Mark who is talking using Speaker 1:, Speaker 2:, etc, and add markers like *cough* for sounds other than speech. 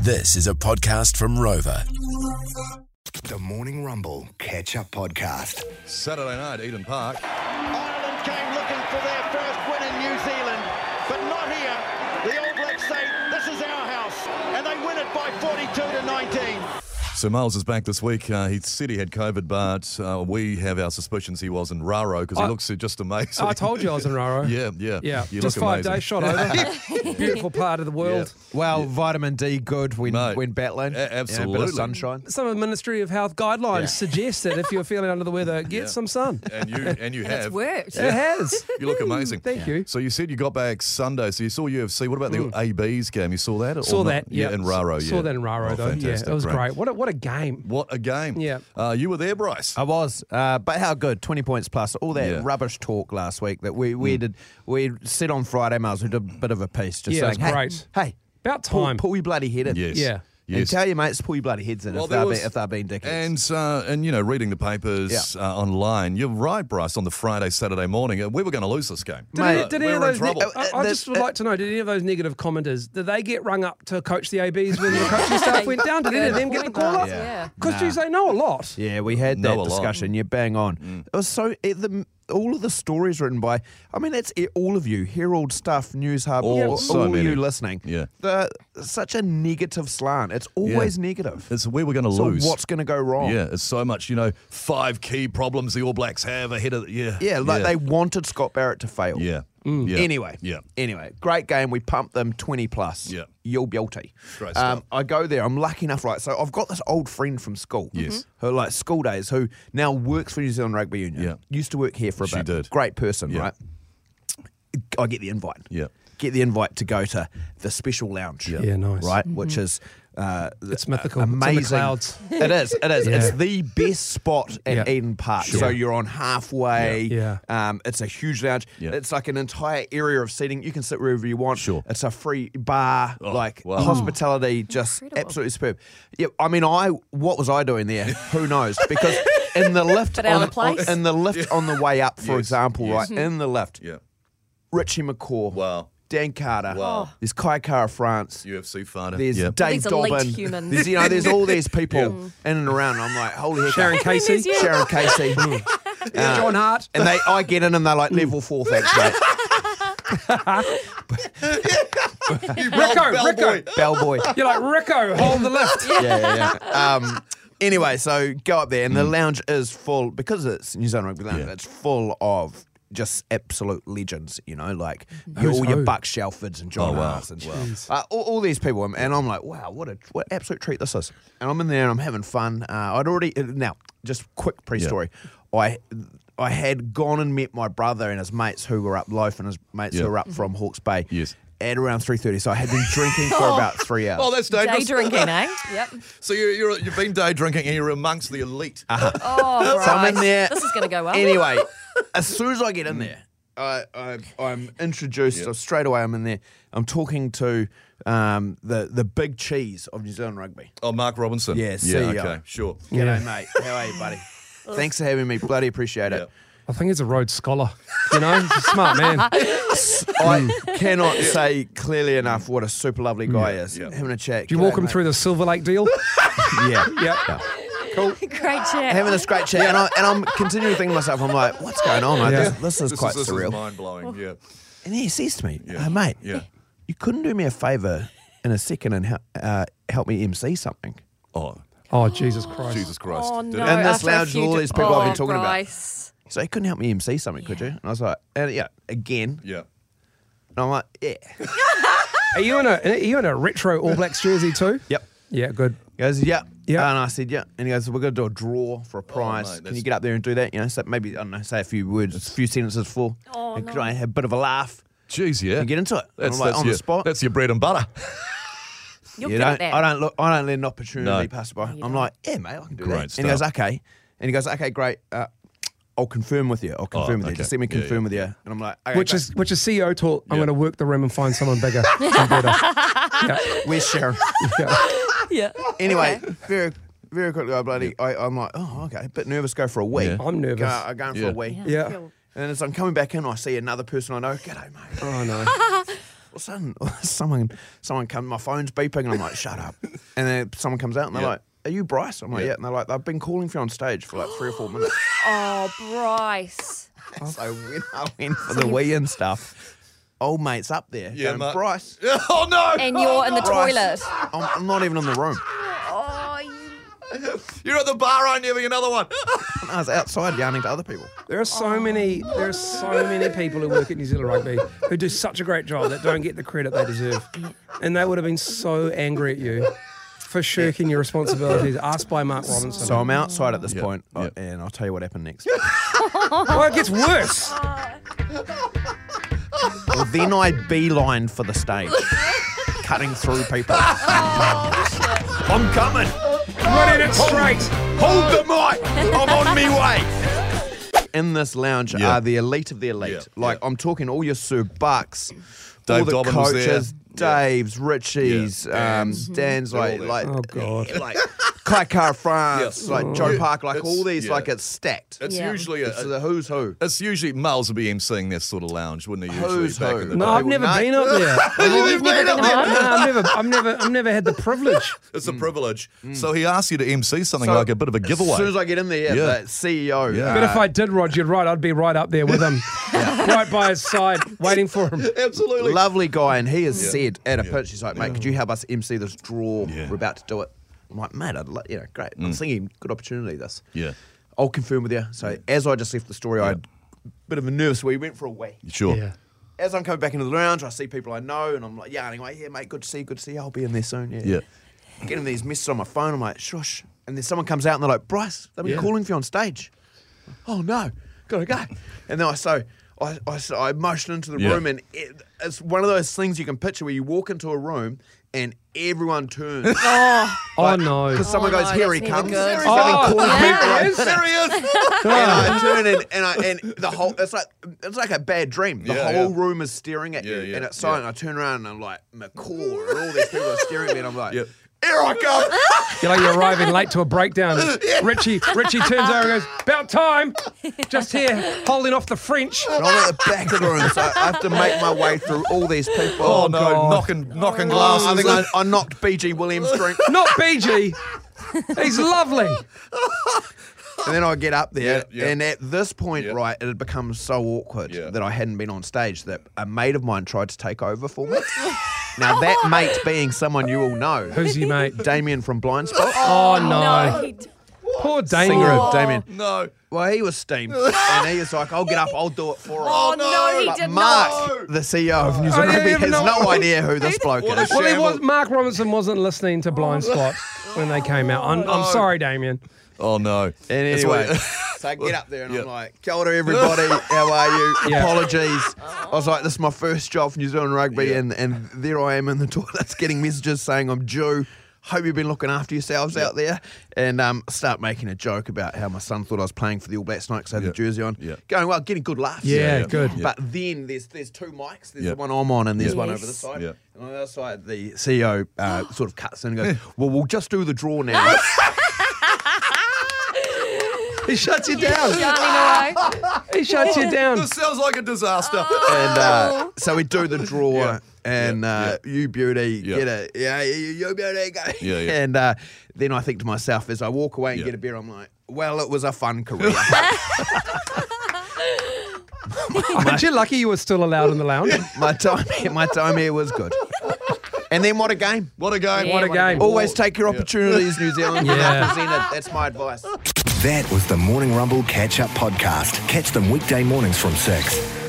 Speaker 1: This is a podcast from Rover.
Speaker 2: The Morning Rumble Catch Up Podcast.
Speaker 3: Saturday night, Eden Park.
Speaker 4: Ireland came looking for their first win in New Zealand, but not here. The All Blacks say, this is our house, and they win it by 42 to 19.
Speaker 3: So Miles is back this week. Uh, he said he had COVID, but uh, we have our suspicions he was in Raro because he
Speaker 5: I-
Speaker 3: looks just amazing.
Speaker 5: I told you
Speaker 3: *laughs*
Speaker 5: I was in Raro.
Speaker 3: yeah, yeah,
Speaker 5: Yeah.
Speaker 3: You
Speaker 5: Just
Speaker 3: look
Speaker 5: five
Speaker 3: amazing.
Speaker 5: days
Speaker 3: *laughs*
Speaker 5: shot over. Beautiful part of the world.
Speaker 6: Well, vitamin D good when
Speaker 3: No.
Speaker 6: when battling.
Speaker 3: A-
Speaker 6: You know, a bit
Speaker 3: absolutely.
Speaker 6: of sunshine.
Speaker 5: Some of the Ministry of Health guidelines suggest that if you're feeling under the weather, get some sun.
Speaker 3: And you
Speaker 5: *laughs*
Speaker 3: and you have.
Speaker 7: worked.
Speaker 5: It has.
Speaker 3: You look amazing.
Speaker 5: *laughs* Thank you.
Speaker 3: So you said you got back Sunday. So you saw UFC. What about the ABs game? You saw that? Or
Speaker 5: Saw
Speaker 3: not?
Speaker 5: that. Yeah,
Speaker 3: in Raro.
Speaker 5: Saw
Speaker 3: yeah.
Speaker 5: that in Raro
Speaker 3: Oh,
Speaker 5: though.
Speaker 3: fantastic,
Speaker 5: Yeah, it was great. What a, what a game.
Speaker 3: What a game.
Speaker 5: Yeah.
Speaker 3: Uh, you were there, Bryce.
Speaker 6: *laughs* I was, uh, but how good? Twenty points plus. All that
Speaker 3: Yeah. Hmm.
Speaker 6: rubbish talk last week that we we did. We said on Friday, Miles, we did a bit of a piece, just
Speaker 5: Yeah, it
Speaker 6: saying,
Speaker 5: was
Speaker 6: hey,
Speaker 5: great.
Speaker 6: hey,
Speaker 5: About
Speaker 6: pull,
Speaker 5: time.
Speaker 6: pull your bloody head in.
Speaker 3: Yes.
Speaker 5: Yeah.
Speaker 6: And
Speaker 3: Yes.
Speaker 6: tell your mates, pull your bloody heads in
Speaker 3: Well,
Speaker 6: if,
Speaker 3: there
Speaker 6: they're
Speaker 3: was-
Speaker 6: be, if they're being dickheads.
Speaker 3: And uh, and you know, reading the papers
Speaker 6: Yeah.
Speaker 3: uh, online, you're right, Bryce. On the Friday, Saturday morning, uh, we were going to lose this game.
Speaker 5: Did,
Speaker 6: Mate,
Speaker 5: any, did any
Speaker 3: we're
Speaker 5: of
Speaker 3: in
Speaker 5: those?
Speaker 3: trouble.
Speaker 5: ne- I, I
Speaker 6: Uh,
Speaker 5: just would
Speaker 6: uh,
Speaker 5: like to know: Did any of those negative commenters did they get rung up to coach the ABs when the coaching staff went down? Did any of them get the call up?
Speaker 7: Yeah.
Speaker 5: Because geez, they know a lot.
Speaker 6: Yeah, we had
Speaker 3: Know a
Speaker 6: that
Speaker 3: lot. Mm.
Speaker 6: discussion. You're bang on. It was so it, the, all of the stories written by. I mean, it's it, all of you, Herald stuff, News Hub,
Speaker 3: All-
Speaker 6: all,
Speaker 3: so
Speaker 6: all
Speaker 3: many.
Speaker 6: you listening.
Speaker 3: Yeah.
Speaker 6: the, such a negative slant. It's always negative.
Speaker 3: It's we were going to
Speaker 6: So
Speaker 3: lose.
Speaker 6: what's going to go wrong?
Speaker 3: Yeah, it's so much, you know, five key problems the All Blacks have ahead of yeah.
Speaker 6: yeah. Like they wanted Scott Barrett to fail.
Speaker 3: Yeah. yeah.
Speaker 6: Mm. Anyway,
Speaker 3: Yeah.
Speaker 6: Anyway, great game. We pumped them twenty plus.
Speaker 3: Yeah.
Speaker 6: You're guilty.
Speaker 3: Great stuff.
Speaker 6: Um, I go there. I'm lucky enough, right? So I've got this old friend from school.
Speaker 3: Yes.
Speaker 6: Who like school days? Who now works for New Zealand Rugby Union.
Speaker 3: Yeah.
Speaker 6: Used to work here for a
Speaker 3: She
Speaker 6: bit.
Speaker 3: did.
Speaker 6: Great person,
Speaker 3: Yeah.
Speaker 6: right? I get the invite.
Speaker 3: Yeah.
Speaker 6: Get the invite to go to the special lounge.
Speaker 5: Yeah, nice. Mm-hmm.
Speaker 6: Right, which is. Uh,
Speaker 5: It's mythical. It's in the
Speaker 6: Amazing.
Speaker 5: clouds.
Speaker 6: It is. It is.
Speaker 5: *laughs* Yeah.
Speaker 6: It's the best spot at
Speaker 5: Yeah.
Speaker 6: Eden Park. So you're on halfway.
Speaker 5: Yeah.
Speaker 6: Um, it's a huge lounge.
Speaker 3: Yeah.
Speaker 6: It's like an entire area of seating. You can sit wherever you want.
Speaker 3: Sure.
Speaker 6: It's a free bar.
Speaker 3: Oh,
Speaker 6: like
Speaker 3: wow.
Speaker 7: Mm.
Speaker 6: hospitality, just absolutely superb. Yeah. I mean, I what was I doing
Speaker 3: *laughs*
Speaker 6: there? Who knows? Because in the lift,
Speaker 7: But out of
Speaker 6: on,
Speaker 7: place.
Speaker 6: on- in the lift on the way up, for
Speaker 3: Yes,
Speaker 6: example,
Speaker 3: yes.
Speaker 6: right in the lift,
Speaker 3: Yeah.
Speaker 6: Richie McCaw,
Speaker 3: Wow.
Speaker 6: Dan Carter,
Speaker 3: Wow.
Speaker 6: there's Kai Kara France,
Speaker 3: UFC fighter.
Speaker 6: there's
Speaker 3: yeah.
Speaker 6: Dave
Speaker 7: All Oh. these elite
Speaker 6: Dobbin.
Speaker 7: humans.
Speaker 6: There's you know, there's all these
Speaker 3: *laughs*
Speaker 6: people in and around. I'm like, holy heck,
Speaker 7: *laughs*
Speaker 5: Sharon Casey.
Speaker 7: you.
Speaker 3: *laughs*
Speaker 6: Sharon Casey, Uh,
Speaker 5: Yeah, John Hart.
Speaker 6: and they, I get in and they're like level four, thanks, mate.
Speaker 5: Rico, Rico.
Speaker 6: Bellboy.
Speaker 5: You're
Speaker 3: *laughs*
Speaker 5: like Rico, *laughs* hold the lift.
Speaker 6: yeah, yeah, yeah. *laughs* Um, anyway, so go up there, and the lounge is full because it's New Zealand Rugby Lounge.
Speaker 3: Yeah.
Speaker 6: It's full of just absolute legends, you know, like your-
Speaker 5: Who's
Speaker 6: all your
Speaker 5: who?
Speaker 6: Buck Shelfords and John
Speaker 3: Oh, wow.
Speaker 6: Haas and uh, all, all these people. And I'm like, wow, what a what an absolute treat this is. And I'm in there and I'm having fun. Uh, I'd already uh, now just quick pre-story. I. I had gone and met my brother and his mates who were up Loaf and his mates
Speaker 3: Yeah.
Speaker 6: who were up from Hawke's Bay
Speaker 3: Yes.
Speaker 6: at around 3.30. So I had been drinking for about three hours.
Speaker 3: Oh, that's
Speaker 7: Day
Speaker 3: dangerous. *laughs*
Speaker 7: drinking, eh? Yep.
Speaker 3: So you're, you're, you've been day drinking and you're amongst the elite.
Speaker 6: Ah.
Speaker 7: Oh,
Speaker 6: So I'm
Speaker 7: right.
Speaker 6: in there.
Speaker 7: This is going to go well.
Speaker 6: Anyway, as soon as I get in there, I, I, I'm introduced so straight away. I'm in there. I'm talking to um, the the big cheese of New Zealand rugby.
Speaker 3: Oh, Mark Robinson.
Speaker 6: Yeah, E
Speaker 3: Yeah,
Speaker 6: CEO.
Speaker 3: okay, sure.
Speaker 6: G'day, mate. How are you,
Speaker 7: *laughs*
Speaker 6: buddy? Thanks for having me. Bloody appreciate it.
Speaker 5: I think he's a Rhodes scholar. You know, he's a smart man.
Speaker 6: I cannot say clearly enough what a super lovely guy is.
Speaker 3: yeah.
Speaker 6: Having a chat.
Speaker 5: Do you walk
Speaker 6: G'day,
Speaker 5: him
Speaker 6: mate.
Speaker 5: through the Silver Lake deal?
Speaker 6: Yeah.
Speaker 5: yeah.
Speaker 7: *laughs* Great chat.
Speaker 6: Having this great chat, and, I, and I'm continuing to think to myself, I'm like, what's going on? Like,
Speaker 5: Yeah.
Speaker 6: this, this is
Speaker 3: This
Speaker 6: quite
Speaker 3: is, this
Speaker 6: surreal.
Speaker 3: is mind blowing. Yeah.
Speaker 6: And he says to me,
Speaker 3: Yeah.
Speaker 6: "Hey, mate,
Speaker 3: Yeah.
Speaker 6: you couldn't do me a favour in a second and hel- uh, help me MC something.
Speaker 3: Oh,
Speaker 5: Oh, Jesus Christ.
Speaker 3: Jesus Christ.
Speaker 7: Oh,
Speaker 3: Did
Speaker 7: no.
Speaker 3: it-
Speaker 6: And this
Speaker 7: after a
Speaker 6: lounge
Speaker 7: few
Speaker 6: with all
Speaker 7: dr-
Speaker 6: these people I've been
Speaker 7: Oh,
Speaker 6: talking about.
Speaker 7: Bryce.
Speaker 6: So you couldn't help me MC something, could you? And I was like, and yeah, again.
Speaker 3: Yeah.
Speaker 6: And I'm like,
Speaker 3: *laughs*
Speaker 6: yeah.
Speaker 5: Are you in a are you in a retro All Blacks jersey too?
Speaker 6: Yep.
Speaker 5: Yeah, good.
Speaker 6: He goes, yeah.
Speaker 5: Yeah.
Speaker 6: And I said, yeah. And he goes, we're going to do a draw for a prize. Can
Speaker 3: Oh, that's-
Speaker 6: you get up there and do that? You know, so maybe, I don't know, say a few words, a few sentences full.
Speaker 7: Oh,
Speaker 6: and
Speaker 7: no.
Speaker 6: could I have a bit of a laugh?
Speaker 3: Jeez, yeah.
Speaker 6: You get into it. And
Speaker 3: That's,
Speaker 6: I'm like,
Speaker 3: that's
Speaker 6: on
Speaker 3: your,
Speaker 6: the spot.
Speaker 3: That's your bread and butter.
Speaker 7: You're
Speaker 6: You
Speaker 7: good at
Speaker 6: don't,
Speaker 7: that.
Speaker 6: I don't look. I don't let an opportunity
Speaker 3: No.
Speaker 6: pass by. I'm
Speaker 7: don't.
Speaker 6: like, yeah, mate, I can do
Speaker 3: Great
Speaker 6: that. And he goes,
Speaker 3: stuff.
Speaker 6: okay. And he goes, okay, great. Uh, I'll confirm with you. I'll confirm with
Speaker 3: Oh, okay.
Speaker 6: you. Just let me
Speaker 3: Yeah,
Speaker 6: confirm
Speaker 3: yeah.
Speaker 6: with you. And I'm like, okay,
Speaker 5: Which is which is CEO taught. I'm
Speaker 3: Yeah.
Speaker 5: going to work the room and find someone bigger and better. Yeah.
Speaker 6: great. where's
Speaker 7: *laughs*
Speaker 6: Sharon?
Speaker 7: Yeah.
Speaker 6: anyway, very very quickly, I bloody, I, I'm like, oh, okay, bit nervous. Go for a wee.
Speaker 3: Yeah.
Speaker 5: I'm nervous.
Speaker 6: Go, I'm going for
Speaker 3: Yeah.
Speaker 6: a wee.
Speaker 5: Yeah.
Speaker 6: And as I'm coming back in, I see another person I know. G'day, mate. *laughs*
Speaker 5: Oh no.
Speaker 6: All of a sudden, someone, someone comes. My phone's beeping, and I'm like, shut up. And then someone comes out and they're
Speaker 3: Yeah.
Speaker 6: like, "Are you Bryce?" I'm like,
Speaker 3: Yeah.
Speaker 6: "Yeah." And they're like, "They've been calling for you on stage for like three or
Speaker 3: *gasps*
Speaker 6: four minutes."
Speaker 7: Oh, Bryce.
Speaker 6: so when I went for the wee and stuff, old mate's up there.
Speaker 3: Yeah,
Speaker 6: going,
Speaker 3: mate.
Speaker 6: *laughs* Bryce.
Speaker 3: oh no!
Speaker 7: And you're in the toilet.
Speaker 6: Bryce. I'm, I'm not even in the room.
Speaker 7: Oh, you
Speaker 3: You're at the bar. I'm having another one.
Speaker 6: I was outside yarning to other people.
Speaker 5: There are so many. There are so many people who work at New Zealand Rugby who do such a great job that don't get the credit they deserve, and they would have been so angry at you for shirking your responsibilities. Asked by Mark Robinson.
Speaker 6: So I'm outside at this
Speaker 3: Yeah,
Speaker 6: point, uh,
Speaker 3: yeah.
Speaker 6: and I'll tell you what happened next.
Speaker 5: oh, it gets worse.
Speaker 6: well, then I beeline for
Speaker 3: *laughs*
Speaker 6: the stage, cutting through people. *laughs* I'm coming.
Speaker 5: Running it straight.
Speaker 6: Hold the mic. I'm on
Speaker 3: *laughs*
Speaker 6: me way. In this lounge
Speaker 3: Yeah.
Speaker 6: are the elite of the elite.
Speaker 3: Yeah,
Speaker 6: Like
Speaker 3: yeah.
Speaker 6: I'm talking all your Sue Bucks, all
Speaker 3: Dave
Speaker 6: the
Speaker 3: Dobbin was there.
Speaker 6: coaches,
Speaker 3: Yeah.
Speaker 6: Dave's, Richie's,
Speaker 3: Yeah.
Speaker 6: um, Dan's,
Speaker 3: They're
Speaker 6: like
Speaker 3: all there.
Speaker 6: like
Speaker 5: Oh God.
Speaker 6: like Kai Kara France,
Speaker 3: Yeah.
Speaker 6: like Joe
Speaker 3: Yeah,
Speaker 6: Park, like
Speaker 3: it's-
Speaker 6: all these.
Speaker 3: yeah.
Speaker 6: Like it's stacked.
Speaker 3: It's
Speaker 7: Yeah.
Speaker 3: usually a,
Speaker 6: It's uh, the who's who.
Speaker 3: It's usually males would be emceeing this sort of lounge, wouldn't it? Usually
Speaker 6: Who's
Speaker 3: back
Speaker 6: who?
Speaker 3: in the
Speaker 5: No,
Speaker 3: day.
Speaker 5: I've never
Speaker 6: No.
Speaker 5: been up there.
Speaker 7: You've never been on?
Speaker 5: No, I've never, I've never, I've never had the privilege.
Speaker 3: It's a privilege. So he asked you to MC something
Speaker 6: Mm. So,
Speaker 3: like a bit of a giveaway.
Speaker 6: As soon as I get in there, yeah,
Speaker 3: Yeah.
Speaker 6: that CEO.
Speaker 3: Yeah.
Speaker 5: *laughs* But
Speaker 6: uh,
Speaker 5: if I did, Rod, you're right. I'd be right up there with him, right by his side, waiting for him.
Speaker 3: Absolutely.
Speaker 6: lovely guy, and he has
Speaker 3: Yeah.
Speaker 6: said at a
Speaker 3: Yeah.
Speaker 6: pitch, he's like, mate, could you help us MC this draw?
Speaker 3: Yeah. Mm.
Speaker 6: We're about to do it. I'm like, mate, I'd like, you know, great. I'm thinking, good opportunity this.
Speaker 3: Yeah.
Speaker 6: I'll confirm with you. So as I just left the story, I had a bit of a nervous wee, went for a wee.
Speaker 3: Sure.
Speaker 5: Yeah.
Speaker 6: As I'm coming back into the lounge, I see people I know, and I'm like, yeah, anyway, yeah, mate, good to see you, good to see you. I'll be in there soon, yeah. *laughs*
Speaker 3: Yeah.
Speaker 6: Getting these messages on my phone, I'm like, shush. And then someone comes out and they're like, Bryce, they've been
Speaker 3: Yeah.
Speaker 6: calling for you on stage. Oh no, gotta go. And then I so I, I, so I motion into the
Speaker 3: Yeah.
Speaker 6: room, and it, it's one of those things you can picture where you walk into a room and everyone turns.
Speaker 3: *laughs*
Speaker 5: Oh
Speaker 6: Because
Speaker 5: no.
Speaker 6: someone
Speaker 7: Oh,
Speaker 6: goes,
Speaker 7: no,
Speaker 6: "Here
Speaker 7: that's
Speaker 6: he
Speaker 7: never
Speaker 6: comes!"
Speaker 7: good. Oh.
Speaker 6: He's
Speaker 5: Oh,
Speaker 6: having called people
Speaker 5: yeah.
Speaker 6: like
Speaker 3: *laughs*
Speaker 5: Yes.
Speaker 6: this.
Speaker 3: Serious.
Speaker 6: And
Speaker 5: *laughs*
Speaker 6: I turn and, and I and the whole it's like it's like a bad dream. The
Speaker 3: Yeah,
Speaker 6: whole
Speaker 3: yeah.
Speaker 6: room is staring at
Speaker 3: Yeah,
Speaker 6: you
Speaker 3: yeah,
Speaker 6: and it's silent.
Speaker 3: yeah.
Speaker 6: I turn around and I'm like McCaw and all these people are staring at me and
Speaker 3: *laughs*
Speaker 6: I'm like,
Speaker 3: Yep.
Speaker 6: here I come.
Speaker 5: You're like you're arriving late to a breakdown. Richie, Richie turns over and goes, "About time!" Just here, holding off the French.
Speaker 6: And I'm at the back of the room, so I have to make my way through all these people.
Speaker 3: *laughs* Oh, no,
Speaker 5: God.
Speaker 3: knocking knocking
Speaker 6: Oh, I
Speaker 3: glasses.
Speaker 6: think I, I knocked BG Williams drink,
Speaker 5: Not BG. He's lovely.
Speaker 6: and then I get up there,
Speaker 3: Yeah, yeah.
Speaker 6: and at this point,
Speaker 3: Yeah.
Speaker 6: right, it had become so awkward
Speaker 3: Yeah.
Speaker 6: that I hadn't been on stage that a mate of mine tried to take over for
Speaker 3: *laughs*
Speaker 6: me. now that mate being someone you all know,
Speaker 5: Who's he, mate?
Speaker 6: Damien from Blind Spot,
Speaker 5: Oh
Speaker 7: no.
Speaker 5: no,
Speaker 7: he d-
Speaker 5: poor
Speaker 6: singer
Speaker 5: Damien.
Speaker 6: of Damien.
Speaker 3: *laughs* no.
Speaker 6: Well, he was steamed, and he was like, "I'll get up, I'll do it for him."
Speaker 7: Oh, no, he
Speaker 6: But
Speaker 7: did
Speaker 6: Mark,
Speaker 7: not.
Speaker 6: the CEO of New Zealand
Speaker 5: yeah,
Speaker 6: Rugby,
Speaker 5: you
Speaker 6: has
Speaker 5: know-
Speaker 6: no idea who this bloke
Speaker 3: What
Speaker 6: is.
Speaker 3: a
Speaker 5: Well, he was,
Speaker 3: Shamble.
Speaker 5: Mark Robinson wasn't listening to Blind Spot when they came out. I'm, I'm sorry, Damien.
Speaker 3: Oh no.
Speaker 6: And
Speaker 3: That's *laughs*
Speaker 6: anyway,
Speaker 3: why-
Speaker 6: *laughs* so I get up there and
Speaker 3: Yeah.
Speaker 6: I'm like, "Kia ora, everybody. How are you?
Speaker 5: Yeah.
Speaker 6: Apologies." I was like, "This is my first job for New Zealand Rugby,
Speaker 3: Yeah.
Speaker 6: and and there I am in the *laughs* toilets getting messages saying I'm due." Hope you've been looking after yourselves out there, and um, start making a joke about how my son thought I was playing for the All Blacks tonight because I had
Speaker 3: Yeah.
Speaker 6: the jersey on.
Speaker 3: Yeah.
Speaker 6: Going well, getting good laughs.
Speaker 5: Yeah, Yeah. good.
Speaker 6: But then there's there's two mics. There's
Speaker 3: Yeah.
Speaker 6: the one I'm on, and there's
Speaker 7: Yeah.
Speaker 6: one
Speaker 7: Yes.
Speaker 6: over the side.
Speaker 3: Yeah.
Speaker 6: And on the other side, the CEO
Speaker 3: *gasps*
Speaker 6: uh, sort of cuts in and goes, "Well, we'll just do the draw
Speaker 3: *laughs*
Speaker 6: now."
Speaker 5: He shuts you
Speaker 7: Darling,
Speaker 5: down.
Speaker 7: away.
Speaker 5: He shuts you down.
Speaker 3: This *laughs* sounds like a disaster.
Speaker 6: and uh, so we do the draw
Speaker 3: Yeah.
Speaker 6: and uh, you beauty
Speaker 3: Yeah.
Speaker 6: get it yeah you, you beauty go
Speaker 3: Yeah, yeah.
Speaker 6: and uh, then I think to myself as I walk away and
Speaker 3: Yeah.
Speaker 6: get a beer I'm like well it was a fun career *laughs*
Speaker 5: Aren't you lucky you were still allowed in the lounge?
Speaker 6: my time here, my time here was good and then what a game
Speaker 3: What a game.
Speaker 7: Yeah,
Speaker 5: What a
Speaker 7: what a
Speaker 5: game.
Speaker 6: always take your opportunities New Zealand when they're
Speaker 5: Yeah.
Speaker 6: presented. that's my advice
Speaker 2: That was the Morning Rumble Catch Up Podcast. Catch them weekday mornings from 6.